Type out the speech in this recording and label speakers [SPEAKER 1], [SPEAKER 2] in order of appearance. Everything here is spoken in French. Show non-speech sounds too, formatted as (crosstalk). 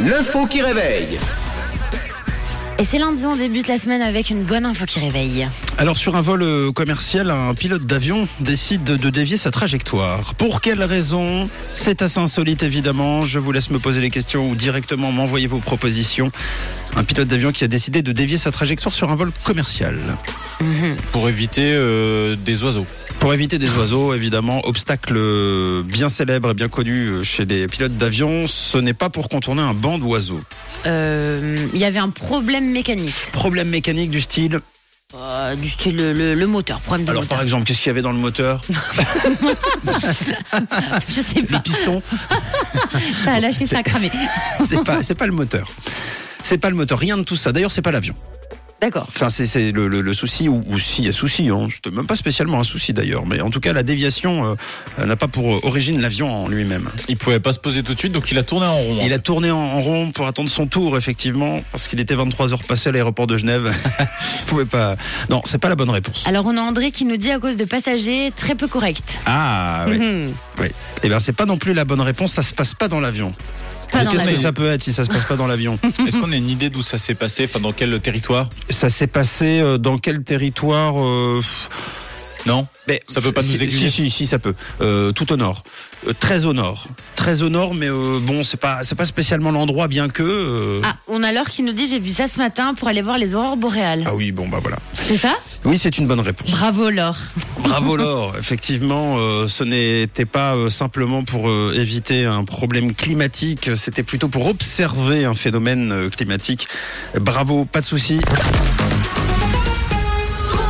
[SPEAKER 1] L'info qui réveille.
[SPEAKER 2] Et c'est lundi, on débute la semaine avec une bonne info qui réveille.
[SPEAKER 3] Alors sur un vol euh, commercial, un pilote d'avion décide de dévier sa trajectoire. Pour quelle raison C'est assez insolite évidemment. Je vous laisse me poser les questions ou directement m'envoyer vos propositions. Un pilote d'avion qui a décidé de dévier sa trajectoire sur un vol commercial.
[SPEAKER 4] Mm-hmm. Pour éviter euh, des oiseaux.
[SPEAKER 3] Pour éviter des oiseaux, évidemment, obstacle euh, bien célèbre et bien connu euh, chez les pilotes d'avion, ce n'est pas pour contourner un banc d'oiseaux.
[SPEAKER 2] Euh, Il y avait un problème mécanique,
[SPEAKER 3] Problème mécanique du style.
[SPEAKER 2] Euh, du style le, le- le moteur, problème de
[SPEAKER 3] Alors
[SPEAKER 2] moteur.
[SPEAKER 3] par exemple, qu'est-ce qu'il y avait dans
[SPEAKER 4] (laughs)
[SPEAKER 3] le moteur
[SPEAKER 2] (laughs) Je sais
[SPEAKER 3] Les
[SPEAKER 2] pas,
[SPEAKER 3] pistons
[SPEAKER 2] ça a lâché, ça a cramé.
[SPEAKER 3] c'est pas c'est pas le moteur. C'est pas le moteur, rien de tout ça. D'ailleurs, c'est pas l'avion.
[SPEAKER 2] (laughs) D'accord.
[SPEAKER 3] Enfin, c'est- c'est le, le- le souci, ou, ou s'il y a souci, hein. C'était même pas spécialement un souci d'ailleurs, mais en tout cas, la déviation euh, elle n'a pas pour euh, origine l'avion en lui-même.
[SPEAKER 4] Il pouvait pas se poser tout de suite, donc il a tourné en rond. hein.
[SPEAKER 3] Il a tourné en, en rond pour attendre son tour, effectivement, parce qu'il était 23 heures passées à l'aéroport de Genève. (laughs) Il pouvait pas. Non, c'est pas la bonne réponse.
[SPEAKER 2] Alors on a André qui nous dit à cause de passagers très peu corrects.
[SPEAKER 3] Ah, oui.
[SPEAKER 2] Mhm.
[SPEAKER 3] oui. Eh bien, c'est pas non plus la bonne réponse, ça se passe pas dans l'avion.
[SPEAKER 2] Pas
[SPEAKER 3] Mais
[SPEAKER 2] dans
[SPEAKER 3] Qu'est-ce que
[SPEAKER 2] l'avion.
[SPEAKER 3] ça peut être si ça se passe pas dans l'avion
[SPEAKER 4] Est-ce qu'on a une idée d'où ça s'est passé Enfin, dans quel territoire
[SPEAKER 3] Ça s'est passé euh, dans quel territoire euh,
[SPEAKER 4] Non
[SPEAKER 3] Mais
[SPEAKER 4] Ça peut pas nous
[SPEAKER 3] si-
[SPEAKER 4] aiguiller.
[SPEAKER 3] Si, si, si, ça peut. Euh, tout au nord, Euh, très au nord, très au nord, mais euh, bon, c'est pas, c'est pas spécialement l'endroit, bien que. euh,
[SPEAKER 2] Ah, on a l'heure qui nous dit j'ai vu ça ce matin pour aller voir les aurores boréales.
[SPEAKER 3] Ah oui, bon bah voilà.
[SPEAKER 2] C'est ça
[SPEAKER 3] Oui, c'est une bonne réponse.
[SPEAKER 2] Bravo Laure.
[SPEAKER 3] Bravo Laure. Effectivement, euh, ce n'était pas euh, simplement pour euh, éviter un problème climatique, c'était plutôt pour observer un phénomène euh, climatique. Bravo, pas de souci.